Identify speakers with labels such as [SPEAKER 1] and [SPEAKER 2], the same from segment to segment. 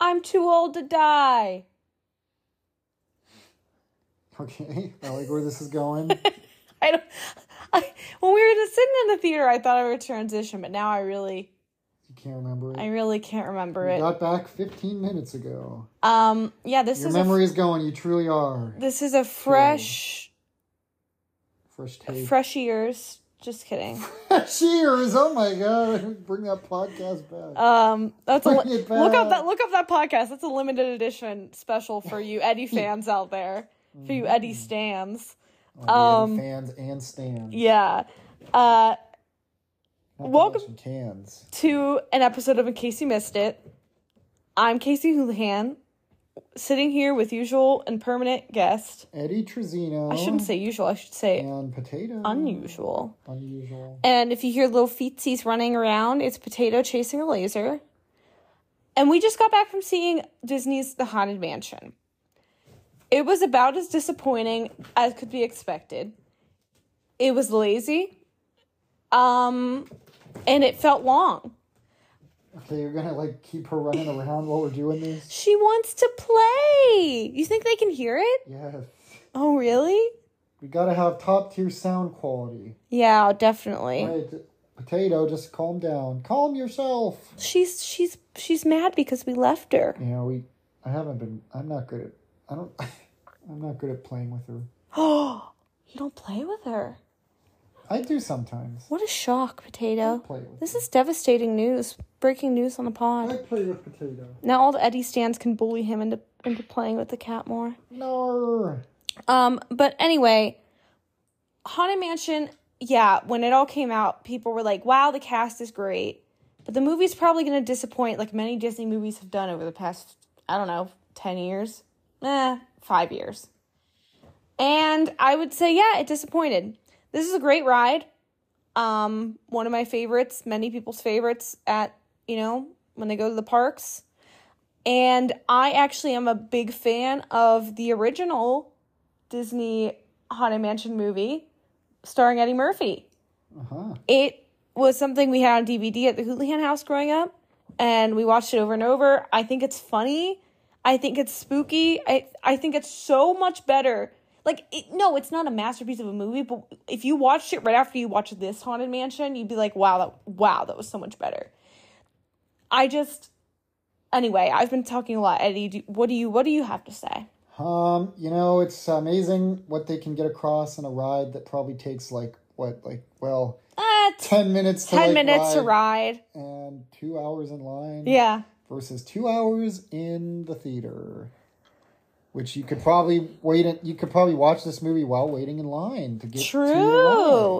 [SPEAKER 1] I'm too old to die.
[SPEAKER 2] Okay, I like where this is going.
[SPEAKER 1] I don't. I, when we were just sitting in the theater, I thought I would transition, but now I really,
[SPEAKER 2] You can't remember it.
[SPEAKER 1] I really can't remember
[SPEAKER 2] You
[SPEAKER 1] it.
[SPEAKER 2] got back 15 minutes ago.
[SPEAKER 1] Um, yeah, this
[SPEAKER 2] Your
[SPEAKER 1] is
[SPEAKER 2] memory
[SPEAKER 1] a,
[SPEAKER 2] is going. You truly are.
[SPEAKER 1] this is a fresh,
[SPEAKER 2] Fresh take.
[SPEAKER 1] fresh years. Just kidding.
[SPEAKER 2] Fresh ears. Oh my god! Bring that podcast back.
[SPEAKER 1] Um, that's a,
[SPEAKER 2] Bring
[SPEAKER 1] li-
[SPEAKER 2] it
[SPEAKER 1] look up
[SPEAKER 2] back.
[SPEAKER 1] that look up that podcast. That's a limited edition special for you Eddie fans out there, for you Eddie
[SPEAKER 2] Mm-hmm.
[SPEAKER 1] stands.
[SPEAKER 2] Oh, we
[SPEAKER 1] um,
[SPEAKER 2] have fans and stands.
[SPEAKER 1] Yeah. Uh,
[SPEAKER 2] Not to
[SPEAKER 1] welcome-
[SPEAKER 2] mention Cans.
[SPEAKER 1] to an episode of In Case You Missed It. I'm Casey Houlihan, sitting here with usual and permanent guest.
[SPEAKER 2] Eddie Trezino.
[SPEAKER 1] I shouldn't say usual. I should say
[SPEAKER 2] And potato.
[SPEAKER 1] unusual.
[SPEAKER 2] Unusual.
[SPEAKER 1] And if you hear little feetsies running around, it's Potato chasing a laser. And we just got back from seeing Disney's The Haunted Mansion. It was about as disappointing as could be expected. It was lazy. Um and it felt long.
[SPEAKER 2] Okay, you're gonna like keep her running around while we're doing this.
[SPEAKER 1] She wants to play. You think they can hear it?
[SPEAKER 2] Yes.
[SPEAKER 1] Oh, really?
[SPEAKER 2] We gotta have top tier sound quality.
[SPEAKER 1] Yeah, definitely.
[SPEAKER 2] All right, potato. Just calm down. Calm yourself.
[SPEAKER 1] She's she's she's mad because we left her.
[SPEAKER 2] You know, we. I haven't been. I'm not good at. I don't. I'm not good at playing with her.
[SPEAKER 1] Oh, you don't play with her.
[SPEAKER 2] I do sometimes.
[SPEAKER 1] What a shock, potato.
[SPEAKER 2] Play with.
[SPEAKER 1] This is devastating news. Breaking news on the
[SPEAKER 2] I
[SPEAKER 1] pod.
[SPEAKER 2] play with potato.
[SPEAKER 1] Now all the Eddie stands can bully him into into playing with the cat more.
[SPEAKER 2] No.
[SPEAKER 1] Um, but anyway, Haunted Mansion, yeah, when it all came out, people were like, wow, the cast is great. But the movie's probably going to disappoint like many Disney movies have done over the past, I don't know, 10 years? Eh, five years. And I would say, yeah, it disappointed. This is a great ride. Um, one of my favorites, many people's favorites at, you know, when they go to the parks. And I actually am a big fan of the original Disney Haunted Mansion movie starring Eddie Murphy.
[SPEAKER 2] Uh huh.
[SPEAKER 1] It was something we had on DVD at the Houlihan house growing up, and we watched it over and over. I think it's funny. I think it's spooky. I, I think it's so much better. Like, it, no, it's not a masterpiece of a movie, but if you watched it right after you watched this Haunted Mansion, you'd be like, wow, that, wow, that was so much better. I just, anyway, I've been talking a lot, Eddie. Do, what do you, what do you have to say?
[SPEAKER 2] Um, you know, it's amazing what they can get across in a ride that probably takes like what, like well,
[SPEAKER 1] Uh,
[SPEAKER 2] ten minutes. To,
[SPEAKER 1] 10
[SPEAKER 2] like,
[SPEAKER 1] minutes to ride.
[SPEAKER 2] and two hours in line.
[SPEAKER 1] Yeah.
[SPEAKER 2] Versus two hours in the theater, which you could probably wait. In, you could probably watch this movie while waiting in line to get To your
[SPEAKER 1] True.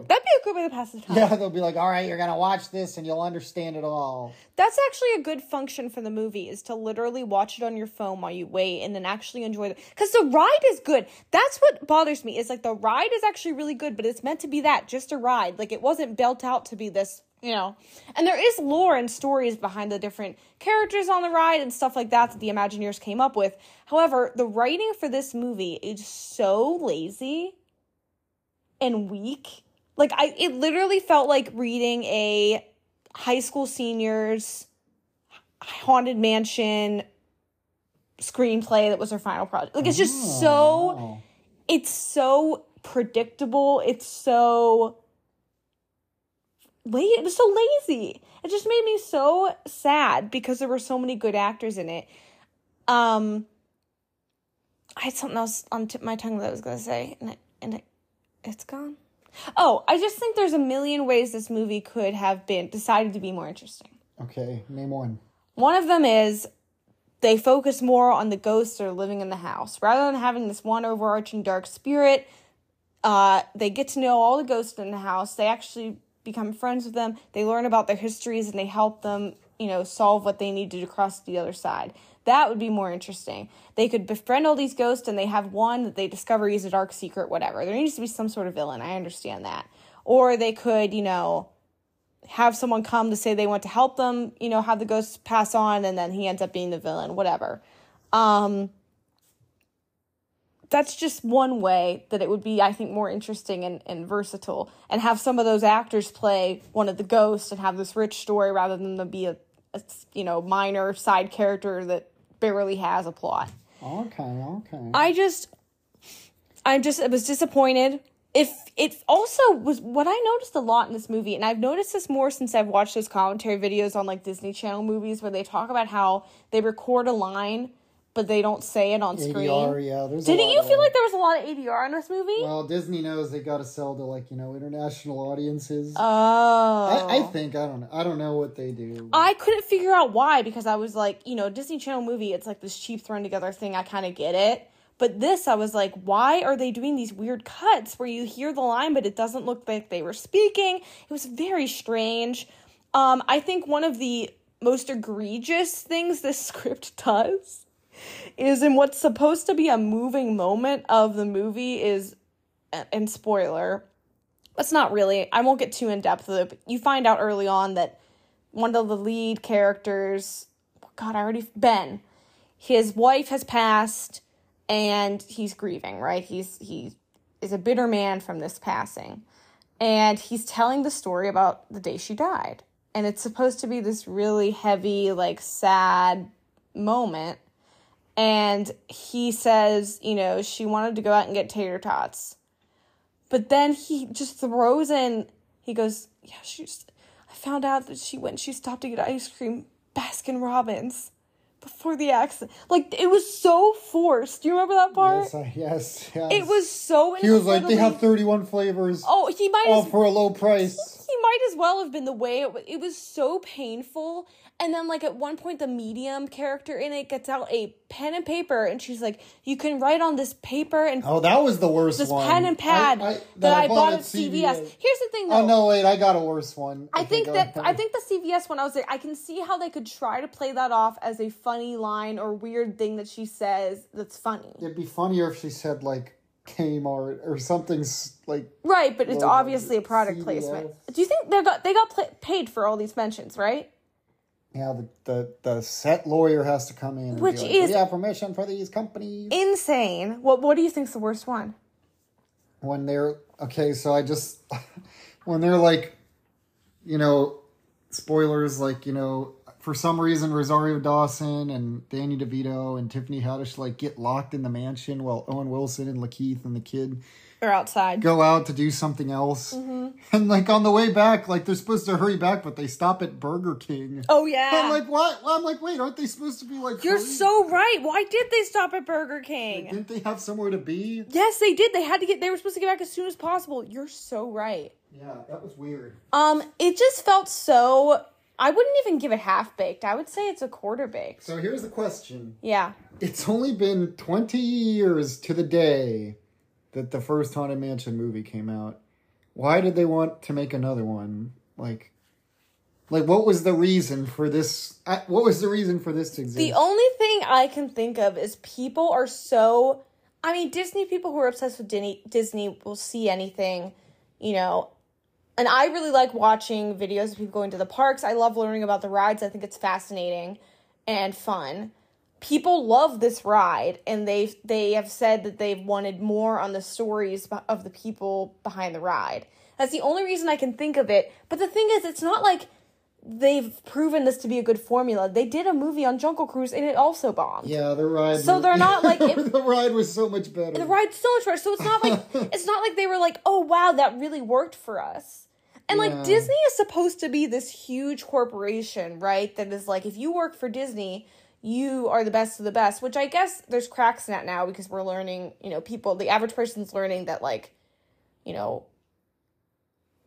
[SPEAKER 2] ride.
[SPEAKER 1] That'd be a good way to pass the time.
[SPEAKER 2] Yeah, they'll be like, "All right, you're gonna watch this, and you'll understand it all."
[SPEAKER 1] That's actually a good function for the movie is to literally watch it on your phone while you wait and then actually enjoy it. Because the ride is good. That's what bothers me is like the ride is actually really good, but it's meant to be that, just a ride. Like it wasn't built out to be this, you know. And there is lore and stories behind the different characters on the ride and stuff like that that the Imagineers came up with. However, the writing for this movie is so lazy and weak. Like I it literally felt like reading a high school seniors haunted mansion screenplay that was her final project. Like it's just so
[SPEAKER 2] Wow.
[SPEAKER 1] it's so predictable. It's so la- it was so lazy. It just made me so sad because there were so many good actors in it. Um, I had something else on tip of my tongue that I was gonna say, and it, and it, it's gone. Oh, I just think there's a million ways this movie could have been decided to be more interesting.
[SPEAKER 2] Okay, name one.
[SPEAKER 1] One of them is they focus more on the ghosts that are living in the house rather than having this one overarching dark spirit. Uh, they get to know all the ghosts in the house. They actually become friends with them. They learn about their histories and they help them, you know, solve what they need to do to cross the other side. That would be more interesting. They could befriend all these ghosts and they have one that they discover is a dark secret, whatever. There needs to be some sort of villain. I understand that. Or they could, you know, have someone come to say they want to help them, you know, have the ghost pass on and then he ends up being the villain, whatever. Um that's just one way that it would be, I think, more interesting and, and versatile. And have some of those actors play one of the ghosts and have this rich story rather than them be a, a, you know minor side character that barely has a plot.
[SPEAKER 2] Okay, okay.
[SPEAKER 1] I just, I just, I was disappointed. If it also was what I noticed a lot in this movie, and I've noticed this more since I've watched those commentary videos on like Disney Channel movies where they talk about how they record a line but they don't say it on screen.
[SPEAKER 2] ADR, yeah. There's a
[SPEAKER 1] Didn't
[SPEAKER 2] lot
[SPEAKER 1] you
[SPEAKER 2] of-
[SPEAKER 1] feel like there was a lot of ADR in this movie?
[SPEAKER 2] Well, Disney knows they got to sell to like you know international audiences.
[SPEAKER 1] oh,
[SPEAKER 2] I, I think I don't know. I don't know what they do.
[SPEAKER 1] I couldn't figure out why because I was like, you know, Disney Channel movie, it's like this cheap thrown together thing. I kind of get it. But this, I was like, why are they doing these weird cuts where you hear the line, but it doesn't look like they were speaking? It was very strange. Um, I think one of the most egregious things this script does is in what's supposed to be a moving moment of the movie is, and spoiler, that's not really, I won't get too in depth with it, but you find out early on that one of the lead characters god i already ben his wife has passed and he's grieving right he's he is a bitter man from this passing and he's telling the story about the day she died and it's supposed to be this really heavy like sad moment and he says you know she wanted to go out and get tater tots but then he just throws in. He goes, "Yeah, she's. I found out that she went. She stopped to get ice cream, Baskin Robbins, before the accident. Like it was so forced. Do you remember that part?
[SPEAKER 2] yes, I, yes, yes.
[SPEAKER 1] It was so.
[SPEAKER 2] He was like, they
[SPEAKER 1] incredibly-
[SPEAKER 2] have thirty-one flavors,
[SPEAKER 1] Oh, he might
[SPEAKER 2] all
[SPEAKER 1] as
[SPEAKER 2] for a low price.
[SPEAKER 1] he might as well have been the way it, wa- it was so painful and then like at one point the medium character in it gets out a pen and paper and she's like you can write on this paper and
[SPEAKER 2] Oh, that was the worst
[SPEAKER 1] this
[SPEAKER 2] one.
[SPEAKER 1] pen and pad
[SPEAKER 2] I- I-
[SPEAKER 1] that, I, bought at CVS. Here's the thing though
[SPEAKER 2] Oh no, wait! I got a worse one.
[SPEAKER 1] I think that
[SPEAKER 2] I
[SPEAKER 1] I think the CVS one I was like I can see how they could try to play that off as a funny line or weird thing that she says that's funny.
[SPEAKER 2] it'd be funnier if she said like Kmart or something s- like.
[SPEAKER 1] Right, but it's
[SPEAKER 2] Well,
[SPEAKER 1] obviously a product
[SPEAKER 2] CVS.
[SPEAKER 1] placement. Do you think they got they got pla paid for all these mentions, right?
[SPEAKER 2] Yeah, the, the the set lawyer has to come in. And
[SPEAKER 1] Which
[SPEAKER 2] be like,
[SPEAKER 1] is-
[SPEAKER 2] we have permission for these companies
[SPEAKER 1] Insane. What what do you think's the worst one?
[SPEAKER 2] when they're okay. So I just when they're like, you know, spoilers like you know for some reason Rosario Dawson and Danny DeVito and Tiffany Haddish like get locked in the mansion while Owen Wilson and Lakeith and the kid
[SPEAKER 1] Or outside.
[SPEAKER 2] go out to do something else.
[SPEAKER 1] Mm-hmm.
[SPEAKER 2] And like on the way back, like they're supposed to hurry back, but they stop at Burger King.
[SPEAKER 1] Oh yeah.
[SPEAKER 2] I'm like, what? I'm like, wait, aren't they supposed to be like?
[SPEAKER 1] You're
[SPEAKER 2] hurry?
[SPEAKER 1] so right. Why did they stop at Burger King?
[SPEAKER 2] Didn't they have somewhere to be?
[SPEAKER 1] Yes, they did. They had to get they were supposed to get back as soon as possible. You're so right.
[SPEAKER 2] Yeah, that was weird.
[SPEAKER 1] Um, it just felt so. I wouldn't even give it half baked. I would say it's a quarter baked.
[SPEAKER 2] So here's the question.
[SPEAKER 1] Yeah.
[SPEAKER 2] It's only been 20 years to the day that the first Haunted Mansion movie came out. Why did they want to make another one? Like like what was the reason for this I- what was the reason for this to exist?
[SPEAKER 1] The only thing I can think of is people are so. I mean, Disney people who are obsessed with Disney, Disney will see anything, you know. And I really like watching videos of people going to the parks. I love learning about the rides. I think it's fascinating and fun. People love this ride, and they they have said that they've wanted more on the stories beh- of the people behind the ride. That's the only reason I can think of it. But the thing is, it's not like they've proven this to be a good formula. They did a movie on Jungle Cruise and it also bombed.
[SPEAKER 2] yeah, the ride.
[SPEAKER 1] So they're not, like, if-
[SPEAKER 2] the ride was so much better.
[SPEAKER 1] The ride's so much better. So it's not like it's not like they were like, oh wow, that really worked for us. And like
[SPEAKER 2] Yeah.
[SPEAKER 1] Disney is supposed to be this huge corporation, right? That is like if you work for Disney, you are the best of the best, which I guess there's cracks in that now because we're learning, you know, people the average person's learning that like, you know,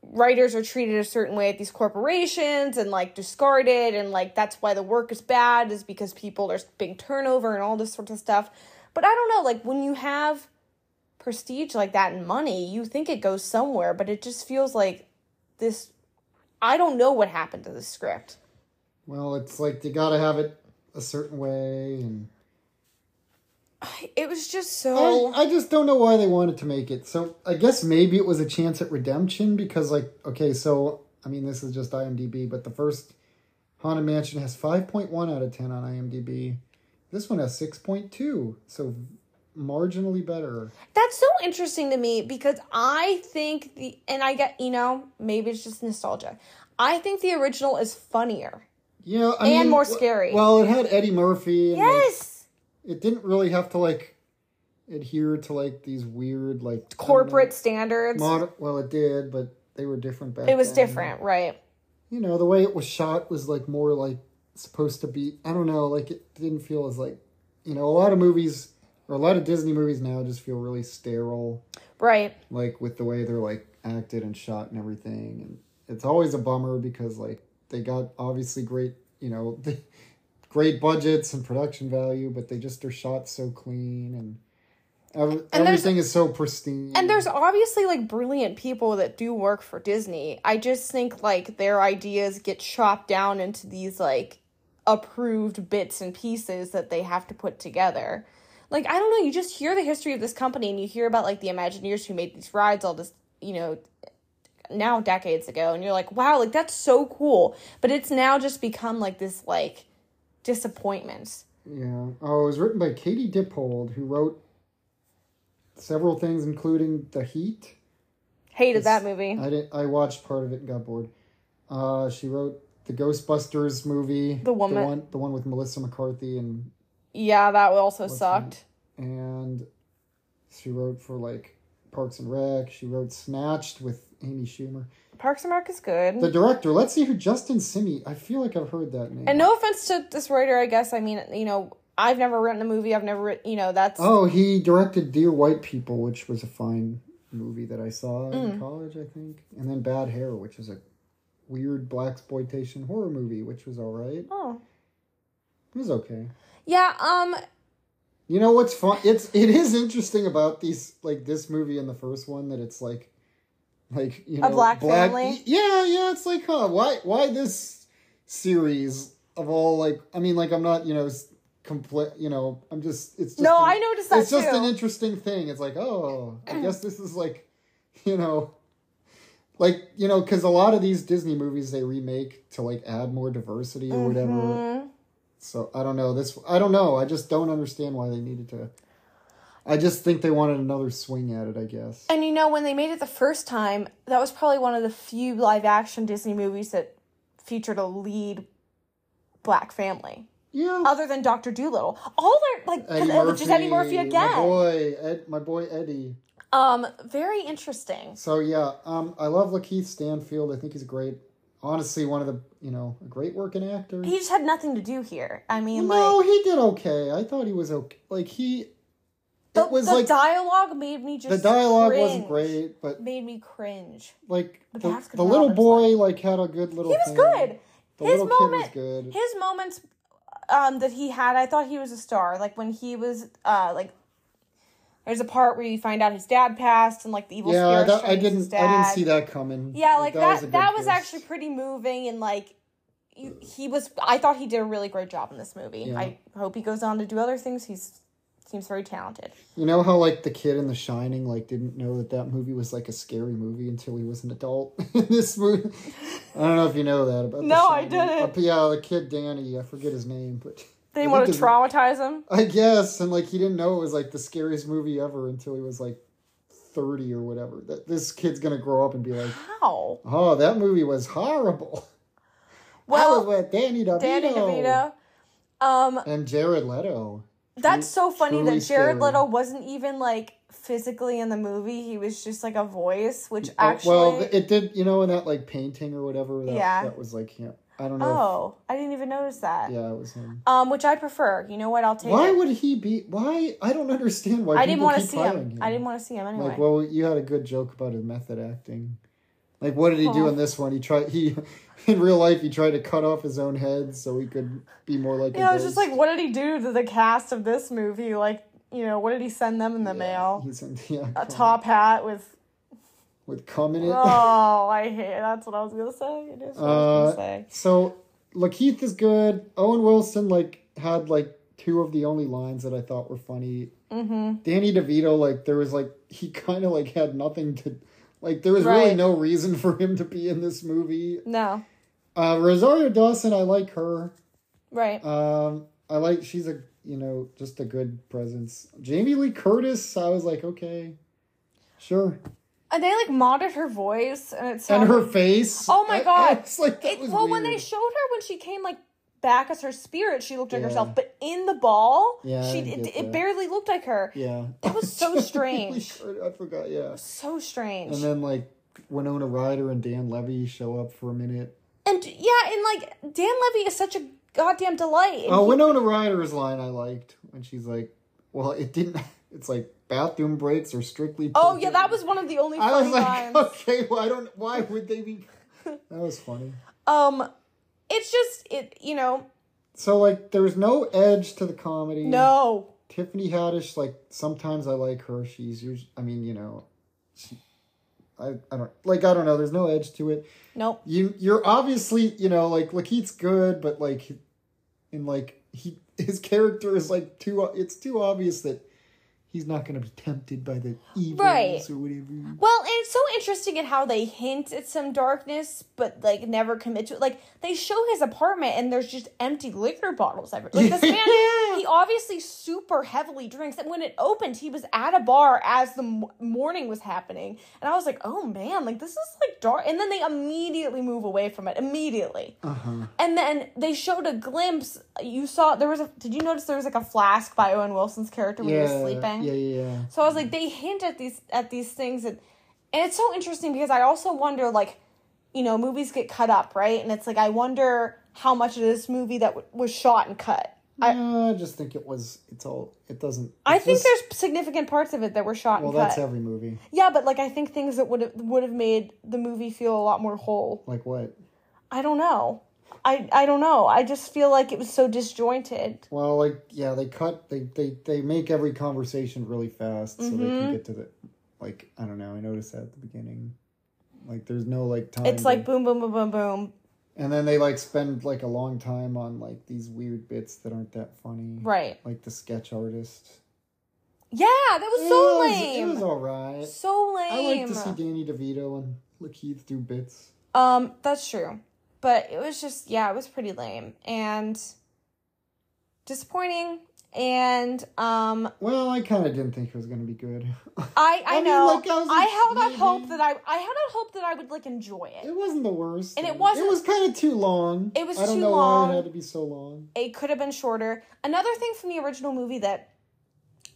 [SPEAKER 1] writers are treated a certain way at these corporations and like discarded and like that's why the work is bad is because people are being turnover and all this sort of stuff but i don't know like when you have prestige like that and money you think it goes somewhere but it just feels like this i don't know what happened to the script
[SPEAKER 2] well, it's like you got to have it a certain way and
[SPEAKER 1] it was just so
[SPEAKER 2] I, I just don't know why they wanted to make it. So I guess maybe it was a chance at redemption because, like, okay, so I mean, this is just IMDb, but the first Haunted Mansion has 5.1 out of 10 on IMDb. This one has 6.2, so marginally better.
[SPEAKER 1] That's so interesting to me because I think the and I get you know maybe it's just nostalgia. I think the original is funnier.
[SPEAKER 2] Yeah, I
[SPEAKER 1] And
[SPEAKER 2] mean,
[SPEAKER 1] more
[SPEAKER 2] w-
[SPEAKER 1] scary.
[SPEAKER 2] Well, it had Eddie Murphy. And like,
[SPEAKER 1] Yes.
[SPEAKER 2] it didn't really have to like adhere to like these weird like I don't know,
[SPEAKER 1] Corporate standards.
[SPEAKER 2] moder- well, it did, but they were different back.
[SPEAKER 1] It was
[SPEAKER 2] then.
[SPEAKER 1] different, right?
[SPEAKER 2] You know, the way it was shot was like more like supposed to be. I don't know, like it didn't feel as like you know a lot of movies or a lot of Disney movies now just feel really sterile,
[SPEAKER 1] Right.
[SPEAKER 2] like with the way they're like acted and shot and everything, and it's always a bummer because like they got obviously great you know. Great budgets and production value, but they just are shot so clean and, ev-
[SPEAKER 1] And there's-
[SPEAKER 2] everything is so pristine.
[SPEAKER 1] And there's obviously like brilliant people that do work for Disney. I just think like their ideas get chopped down into these like approved bits and pieces that they have to put together. Like I don't know, you just hear the history of this company and you hear about like the Imagineers who made these rides all this, you know, now decades ago and you're like, "Wow, like that's so cool." But it's now just become like this like disappointment.
[SPEAKER 2] Yeah. Oh, it was written by Katie Dippold, who wrote several things, including The Heat.
[SPEAKER 1] Hated that movie.
[SPEAKER 2] I didn't. I watched part of it and got bored. Uh, she wrote the Ghostbusters movie, the
[SPEAKER 1] woman-
[SPEAKER 2] one, the one with Melissa McCarthy, and
[SPEAKER 1] Yeah, that also sucked.
[SPEAKER 2] and she wrote for like Parks and Rec. She wrote Snatched with Amy Schumer.
[SPEAKER 1] Parks and Rec is good.
[SPEAKER 2] The director. Let's see who Justin Simi. I feel like I've heard that name.
[SPEAKER 1] And no offense to this writer, I guess. I mean, you know, I've never written a movie. I've never, writ- you know, that's
[SPEAKER 2] Oh, he directed Dear White People, which was a fine movie that I saw
[SPEAKER 1] Mm.
[SPEAKER 2] in college, I think. And then Bad Hair, which is a weird black exploitation horror movie, which was all right.
[SPEAKER 1] oh
[SPEAKER 2] It was okay.
[SPEAKER 1] yeah. Um,
[SPEAKER 2] You know what's fun? It's it is interesting about these like this movie and the first one that it's like, like you know,
[SPEAKER 1] black family?
[SPEAKER 2] Yeah, yeah. It's like, huh? Why why this series of all like? I mean, like I'm not you know. s Compl- you know, I'm just. It's just
[SPEAKER 1] no,
[SPEAKER 2] an-
[SPEAKER 1] I noticed that
[SPEAKER 2] it's just
[SPEAKER 1] too.
[SPEAKER 2] an interesting thing. It's like, oh, I guess this is like, you know, like you know, because a lot of these Disney movies they remake to like add more diversity or whatever.
[SPEAKER 1] Mhm.
[SPEAKER 2] So I don't know this. I don't know. I just don't understand why they needed to. I just think they wanted another swing at it. I guess.
[SPEAKER 1] And you know, when they made it the first time, that was probably one of the few live action Disney movies that featured a lead black family,
[SPEAKER 2] Yeah.
[SPEAKER 1] other than Doctor Doolittle. All their like, which is Eddie Murphy
[SPEAKER 2] My
[SPEAKER 1] again.
[SPEAKER 2] boy, Ed, my boy Eddie.
[SPEAKER 1] Um, very interesting.
[SPEAKER 2] So yeah, um, I love Lakeith Stanfield. I think he's great. Honestly, one of the you know a great working actor.
[SPEAKER 1] He just had nothing to do here. I mean, like.
[SPEAKER 2] No, he did okay. I thought he was okay. Like he,
[SPEAKER 1] The,
[SPEAKER 2] it was
[SPEAKER 1] the
[SPEAKER 2] like
[SPEAKER 1] dialogue made me just
[SPEAKER 2] the dialogue wasn't
[SPEAKER 1] cringe.
[SPEAKER 2] great, but
[SPEAKER 1] Made me cringe.
[SPEAKER 2] like
[SPEAKER 1] But
[SPEAKER 2] the,
[SPEAKER 1] Baskin
[SPEAKER 2] the little
[SPEAKER 1] Robbins
[SPEAKER 2] boy like had a good little.
[SPEAKER 1] He was
[SPEAKER 2] thing.
[SPEAKER 1] good.
[SPEAKER 2] The
[SPEAKER 1] his
[SPEAKER 2] little
[SPEAKER 1] moment,
[SPEAKER 2] kid was good.
[SPEAKER 1] his moments, um, that he had, I thought he was a star. Like when he was, uh, like there's a part where you find out his dad passed, and like the evil
[SPEAKER 2] yeah, I,
[SPEAKER 1] spirit.
[SPEAKER 2] thought- I didn't. I didn't see that coming.
[SPEAKER 1] Yeah, like that.
[SPEAKER 2] a
[SPEAKER 1] That,
[SPEAKER 2] good
[SPEAKER 1] was
[SPEAKER 2] twist.
[SPEAKER 1] actually pretty moving, and like you, he was. I thought he did a really great job in this movie.
[SPEAKER 2] Yeah.
[SPEAKER 1] I hope he goes on to do other things. He's seems very talented.
[SPEAKER 2] You know how like the kid in The Shining like didn't know that that movie was like a scary movie until he was an adult. in this movie, I don't know if you know that about. The
[SPEAKER 1] No, I
[SPEAKER 2] Shining.
[SPEAKER 1] didn't.
[SPEAKER 2] Uh, yeah, the kid Danny. I forget his name, but
[SPEAKER 1] They
[SPEAKER 2] think
[SPEAKER 1] want to
[SPEAKER 2] his-
[SPEAKER 1] traumatize him.
[SPEAKER 2] I guess, and like he didn't know it was like the scariest movie ever until he was like thirty or whatever. That this kid's gonna grow up and be like,
[SPEAKER 1] How?
[SPEAKER 2] "Oh, that movie was horrible." I
[SPEAKER 1] Well,
[SPEAKER 2] was with Danny DeVito,
[SPEAKER 1] Danny DeVito. Um,
[SPEAKER 2] and Jared Leto.
[SPEAKER 1] That's so funny that
[SPEAKER 2] truly
[SPEAKER 1] Jared
[SPEAKER 2] scary.
[SPEAKER 1] Leto wasn't even like physically in the movie. He was just like a voice, which
[SPEAKER 2] Oh,
[SPEAKER 1] actually.
[SPEAKER 2] well, it did. You know, in that like painting or whatever. That,
[SPEAKER 1] Yeah.
[SPEAKER 2] that was like him. I don't know.
[SPEAKER 1] oh, I didn't even notice that.
[SPEAKER 2] If, yeah, it was him.
[SPEAKER 1] Um, which I prefer. You know what? I'll take.
[SPEAKER 2] Why
[SPEAKER 1] it.
[SPEAKER 2] would he be? Why I don't understand why
[SPEAKER 1] I
[SPEAKER 2] people
[SPEAKER 1] didn't want to
[SPEAKER 2] keep
[SPEAKER 1] see
[SPEAKER 2] hiring
[SPEAKER 1] him. I didn't want to see him anyway.
[SPEAKER 2] Like, well, you had a good joke about his method acting. Like, what did he do in this one? He tried. He in real life, he tried to cut off his own head so he could be more like.
[SPEAKER 1] you
[SPEAKER 2] a
[SPEAKER 1] know, I was just
[SPEAKER 2] ghost.
[SPEAKER 1] like, what did he do to the cast of this movie? Like, you know, what did he send them in the mail?
[SPEAKER 2] He's in yeah,
[SPEAKER 1] A top hat with.
[SPEAKER 2] with cum in it.
[SPEAKER 1] Oh, I hate. It. That's what I was gonna say. It is what I was gonna
[SPEAKER 2] Uh,
[SPEAKER 1] say.
[SPEAKER 2] so Lakeith is good. Owen Wilson like had like two of the only lines that I thought were funny. Mm-hmm. Danny DeVito like there was like he kind of like had nothing to. Like there was really
[SPEAKER 1] Right.
[SPEAKER 2] no reason for him to be in this movie.
[SPEAKER 1] No,
[SPEAKER 2] Uh, Rosario Dawson, I like her.
[SPEAKER 1] right.
[SPEAKER 2] Um, I like she's a you know just a good presence. Jamie Lee Curtis, I was like okay, sure.
[SPEAKER 1] And they like modded her voice, and it
[SPEAKER 2] and
[SPEAKER 1] sounded.
[SPEAKER 2] her face.
[SPEAKER 1] oh my
[SPEAKER 2] I-
[SPEAKER 1] god!
[SPEAKER 2] it's like that
[SPEAKER 1] It-
[SPEAKER 2] was
[SPEAKER 1] well, when they
[SPEAKER 2] weird.
[SPEAKER 1] showed her when she came like back as her spirit, she looked like
[SPEAKER 2] Yeah.
[SPEAKER 1] herself. But in the ball,
[SPEAKER 2] Yeah, I
[SPEAKER 1] she
[SPEAKER 2] get
[SPEAKER 1] it,
[SPEAKER 2] that.
[SPEAKER 1] it barely looked like her.
[SPEAKER 2] yeah,
[SPEAKER 1] It was so
[SPEAKER 2] Really
[SPEAKER 1] strange.
[SPEAKER 2] short, I forgot. Yeah,
[SPEAKER 1] So strange.
[SPEAKER 2] and
[SPEAKER 1] And,
[SPEAKER 2] then like Winona Ryder and Dan Levy show up for a minute.
[SPEAKER 1] yeah, and like Dan Levy is such a goddamn delight. And
[SPEAKER 2] Oh,
[SPEAKER 1] he-
[SPEAKER 2] Winona Ryder's line I liked when she's like, "Well, it didn't." It's like bathroom breaks are strictly.
[SPEAKER 1] oh yeah, that was one of the only
[SPEAKER 2] I
[SPEAKER 1] funny
[SPEAKER 2] was like,
[SPEAKER 1] lines.
[SPEAKER 2] okay, well, I don't. Why would they be? That was funny.
[SPEAKER 1] Um, it's just it. You know,
[SPEAKER 2] So like, there's no edge to the comedy.
[SPEAKER 1] no.
[SPEAKER 2] Tiffany Haddish, like sometimes I like her. She's usually, I mean, you know, she, I, I don't like. I don't know. There's no edge to it.
[SPEAKER 1] Nope.
[SPEAKER 2] You, you're obviously, you know, like Lakeith's good, but like, he- and like he, his character is like too. o- It's too obvious that he's not going to be tempted by the evils
[SPEAKER 1] Right.
[SPEAKER 2] or whatever.
[SPEAKER 1] Well, and it's so interesting in how they hint at some darkness, but like never commit to it. Like they show his apartment, and there's just empty liquor bottles everywhere. Like this man,
[SPEAKER 2] Yeah.
[SPEAKER 1] he obviously super heavily drinks. And when it opened, he was at a bar as the m- morning was happening, and I was like, oh man, like this is like dark. And then they immediately move away from it immediately.
[SPEAKER 2] Uh huh.
[SPEAKER 1] And then they showed a glimpse. You saw there was a. Did you notice there was like a flask by Owen Wilson's character when
[SPEAKER 2] Yeah.
[SPEAKER 1] he was sleeping?
[SPEAKER 2] Yeah. Yeah. Yeah.
[SPEAKER 1] So I was like, they hint at these at these things, and, and it's so interesting because I also wonder, like, you know, movies get cut up, right? And it's like I wonder how much of this movie that w- was shot and cut. I
[SPEAKER 2] Yeah, I just think it was. It's all. It doesn't.
[SPEAKER 1] I
[SPEAKER 2] it's
[SPEAKER 1] think
[SPEAKER 2] just-
[SPEAKER 1] there's significant parts of it that were shot
[SPEAKER 2] Well,
[SPEAKER 1] and
[SPEAKER 2] that's
[SPEAKER 1] cut.
[SPEAKER 2] every movie.
[SPEAKER 1] yeah, but like I think things that would have would have made the movie feel a lot more whole.
[SPEAKER 2] Like what?
[SPEAKER 1] I don't know. I I don't know. I just feel like it was so disjointed.
[SPEAKER 2] Well, like yeah, they cut they they they make every conversation really fast so they
[SPEAKER 1] Mm-hmm.
[SPEAKER 2] can get to the like I don't know, I noticed that at the beginning. Like there's no like time.
[SPEAKER 1] It's
[SPEAKER 2] to-
[SPEAKER 1] like boom, boom, boom, boom, boom.
[SPEAKER 2] and then they like spend like a long time on like these weird bits that aren't that funny.
[SPEAKER 1] Right.
[SPEAKER 2] Like the sketch artist.
[SPEAKER 1] Yeah, that was
[SPEAKER 2] It
[SPEAKER 1] so
[SPEAKER 2] was-
[SPEAKER 1] lame.
[SPEAKER 2] It was alright.
[SPEAKER 1] so lame.
[SPEAKER 2] I like to see Danny DeVito and Lakeith do bits.
[SPEAKER 1] Um, that's true. But it was just yeah, it was pretty lame and disappointing. And um
[SPEAKER 2] Well, I kind of didn't think it was gonna be good.
[SPEAKER 1] I I,
[SPEAKER 2] mean,
[SPEAKER 1] know
[SPEAKER 2] like, I
[SPEAKER 1] I,
[SPEAKER 2] was like,
[SPEAKER 1] held out
[SPEAKER 2] maybe-
[SPEAKER 1] hope that I I held out hope that I would like enjoy it.
[SPEAKER 2] it wasn't the worst.
[SPEAKER 1] And it
[SPEAKER 2] thing.
[SPEAKER 1] wasn't-
[SPEAKER 2] It was kind of too long.
[SPEAKER 1] It was
[SPEAKER 2] I don't
[SPEAKER 1] too
[SPEAKER 2] know why
[SPEAKER 1] long.
[SPEAKER 2] it had to be so long.
[SPEAKER 1] It could have been shorter. Another thing from the original movie that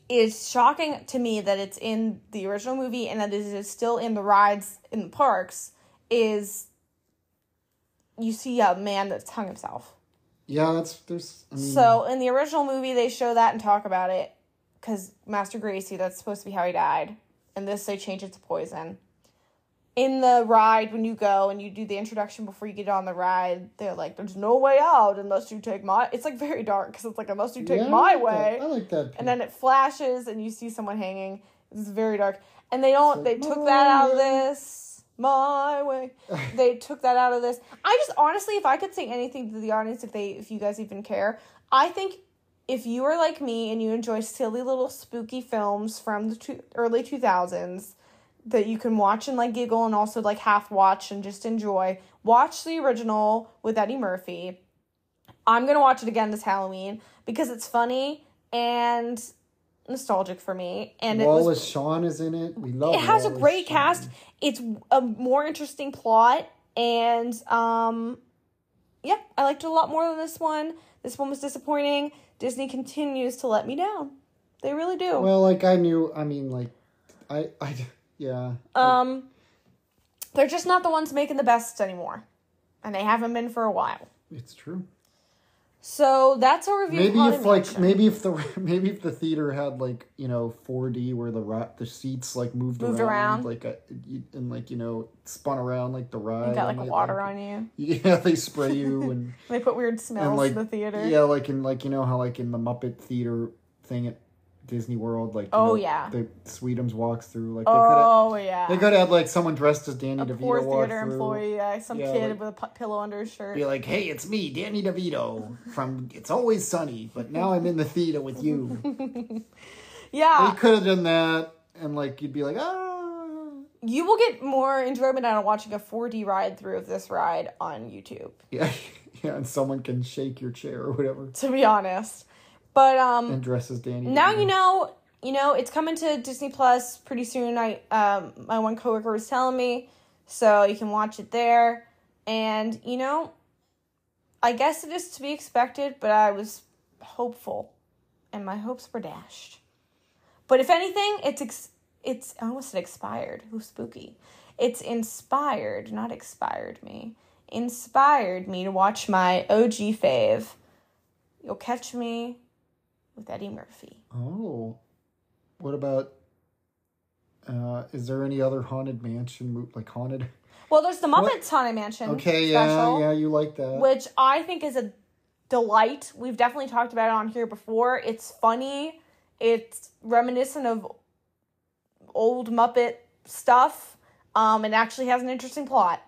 [SPEAKER 1] is shocking to me that it's in the original movie and that it is still in the rides in the parks is you see a man that's hung himself.
[SPEAKER 2] Yeah, that's there's. I mean,
[SPEAKER 1] So in the original movie, they show that and talk about it because Master Gracie, that's supposed to be how he died. And this, they change it to poison. In the ride, when you go and you do the introduction before you get on the ride, they're like, "There's no way out unless you take my." It's like very dark because it's like unless you take
[SPEAKER 2] yeah, I
[SPEAKER 1] my
[SPEAKER 2] like that-
[SPEAKER 1] way,
[SPEAKER 2] I like that.
[SPEAKER 1] and then it flashes and you see someone hanging. It's very dark, and they don't. They took that out of this. My way. They took that out of this. I just honestly, if I could say anything to the audience, if they, if you guys even care, I think if you are like me and you enjoy silly little spooky films from the two, early two thousands that you can watch and like giggle and also like half watch and just enjoy, watch the original with Eddie Murphy. I'm gonna watch it again this Halloween because it's funny and nostalgic for me, and it was
[SPEAKER 2] Wallace Shawn is in it. We love.
[SPEAKER 1] it has a
[SPEAKER 2] Wallace
[SPEAKER 1] great
[SPEAKER 2] Shawn.
[SPEAKER 1] cast. It's a more interesting plot, and um, yeah, I liked it a lot more than this one. This one was disappointing. Disney continues to let me down. They really do.
[SPEAKER 2] Well, like I knew. I mean, like, I, I, yeah.
[SPEAKER 1] um, they're just not the ones making the best anymore, and they haven't been for a while.
[SPEAKER 2] It's true.
[SPEAKER 1] So that's our review.
[SPEAKER 2] Maybe
[SPEAKER 1] of
[SPEAKER 2] if like
[SPEAKER 1] Haunted Mansion.
[SPEAKER 2] maybe if the maybe if the theater had like you know 4D where the ro- the seats like moved,
[SPEAKER 1] Moved around.
[SPEAKER 2] like a, you- and like you know spun around like the ride
[SPEAKER 1] you got
[SPEAKER 2] I
[SPEAKER 1] like
[SPEAKER 2] might
[SPEAKER 1] water
[SPEAKER 2] like
[SPEAKER 1] on you.
[SPEAKER 2] it. yeah they spray you and
[SPEAKER 1] They put weird smells
[SPEAKER 2] and like
[SPEAKER 1] in the theater.
[SPEAKER 2] Yeah, like in like you know how like in the Muppet theater thing at Disney World, like you
[SPEAKER 1] Oh,
[SPEAKER 2] know,
[SPEAKER 1] yeah.
[SPEAKER 2] the Sweetums walks through. Like they
[SPEAKER 1] oh
[SPEAKER 2] could have,
[SPEAKER 1] yeah.
[SPEAKER 2] they could have like someone dressed as Danny DeVito
[SPEAKER 1] Poor
[SPEAKER 2] walk
[SPEAKER 1] theater
[SPEAKER 2] through.
[SPEAKER 1] employee, yeah, some
[SPEAKER 2] Yeah,
[SPEAKER 1] kid
[SPEAKER 2] like-
[SPEAKER 1] with a pu- pillow under his shirt.
[SPEAKER 2] Be like, hey, it's me, Danny DeVito from It's Always Sunny, but now I'm in the theater with you.
[SPEAKER 1] Yeah,
[SPEAKER 2] they could have done that, and like you'd be like, ah.
[SPEAKER 1] You will get more enjoyment out of watching a 4D ride through of this ride on YouTube,
[SPEAKER 2] Yeah, yeah, and someone can shake your chair or whatever,
[SPEAKER 1] to be honest. But um
[SPEAKER 2] and dress as Danny.
[SPEAKER 1] now
[SPEAKER 2] DeVito.
[SPEAKER 1] you know you know, it's coming to Disney Plus pretty soon. I um my one coworker was telling me, so you can watch it there. And you know, I guess it is to be expected, but I was hopeful, and my hopes were dashed. But if anything, it's ex- it's I almost said expired. Ooh, spooky. It's inspired, not expired me. Inspired me to watch my OG fave. You'll catch me with Eddie Murphy.
[SPEAKER 2] Oh, what about? Uh, is there any other haunted mansion mo- like haunted?
[SPEAKER 1] Well, there's the
[SPEAKER 2] What?
[SPEAKER 1] Muppets Haunted Mansion
[SPEAKER 2] Okay,
[SPEAKER 1] special,
[SPEAKER 2] yeah, yeah, you like that.
[SPEAKER 1] which I think is a delight. We've definitely talked about it on here before. It's funny. It's reminiscent of old Muppet stuff. Um, and actually has an interesting plot.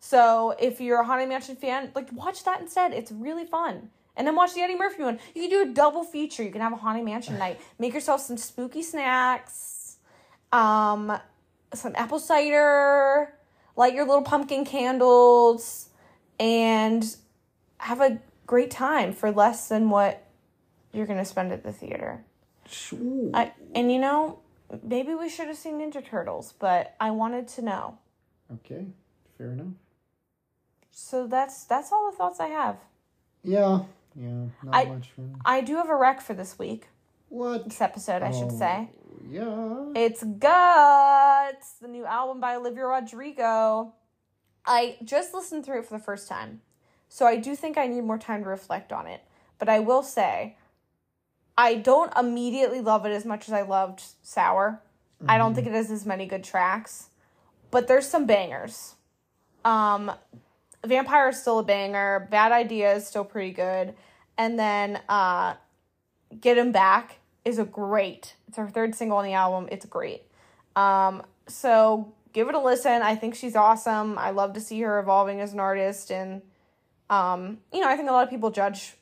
[SPEAKER 1] So if you're a Haunted Mansion fan, like watch that instead. It's really fun. And then watch the Eddie Murphy one. You can do a double feature. You can have a Haunted Mansion night. Make yourself some spooky snacks, um, some apple cider, light your little pumpkin candles, and have a great time for less than what you're gonna spend at the theater.
[SPEAKER 2] Sure.
[SPEAKER 1] I, and you know, maybe we should have seen Ninja Turtles, but I wanted to know.
[SPEAKER 2] okay, fair enough.
[SPEAKER 1] So that's that's all the thoughts I have.
[SPEAKER 2] Yeah, yeah, not
[SPEAKER 1] I-
[SPEAKER 2] much. Really.
[SPEAKER 1] I do have a rec for this week,
[SPEAKER 2] What?
[SPEAKER 1] this episode, I should
[SPEAKER 2] Oh.
[SPEAKER 1] say.
[SPEAKER 2] Yeah.
[SPEAKER 1] It's Guts, the new album by Olivia Rodrigo. I just listened through it for the first time, so I do think I need more time to reflect on it. But I will say, I don't immediately love it as much as I loved Sour. I don't think it has as many good tracks, but there's some bangers. Um, Vampire is still a banger. Bad Idea is still pretty good, and then uh, Get Him Back is a great. It's her third single on the album. It's great. Um, so give it a listen. I think she's awesome. I love to see her evolving as an artist, and um, you know, I think a lot of people judge.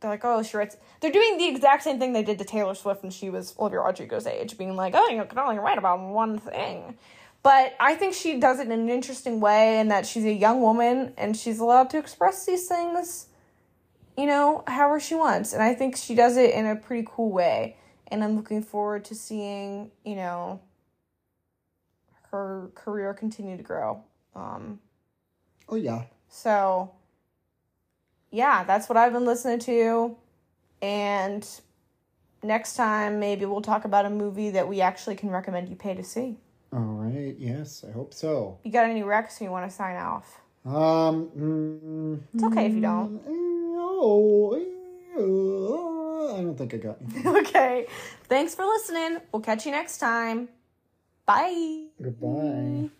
[SPEAKER 1] They're like, oh, she writes. They're doing the exact same thing they did to Taylor Swift when she was Olivia Rodrigo's age, being like, oh, you can only write about one thing. But I think she does it in an interesting way, in that she's a young woman and she's allowed to express these things you know, however she wants. And I think she does it in a pretty cool way. And I'm looking forward to seeing, you know, her career continue to grow. Um,
[SPEAKER 2] Oh yeah.
[SPEAKER 1] so, yeah, that's what I've been listening to. And next time, maybe we'll talk about a movie that we actually can recommend you pay to see.
[SPEAKER 2] All right. Yes, I hope so.
[SPEAKER 1] You got any recs you want to sign off?
[SPEAKER 2] Um. mm,
[SPEAKER 1] It's okay if you don't.
[SPEAKER 2] mm, No. eh, I don't think I got anything.
[SPEAKER 1] okay. Thanks for listening. We'll catch you next time. Bye.
[SPEAKER 2] Goodbye.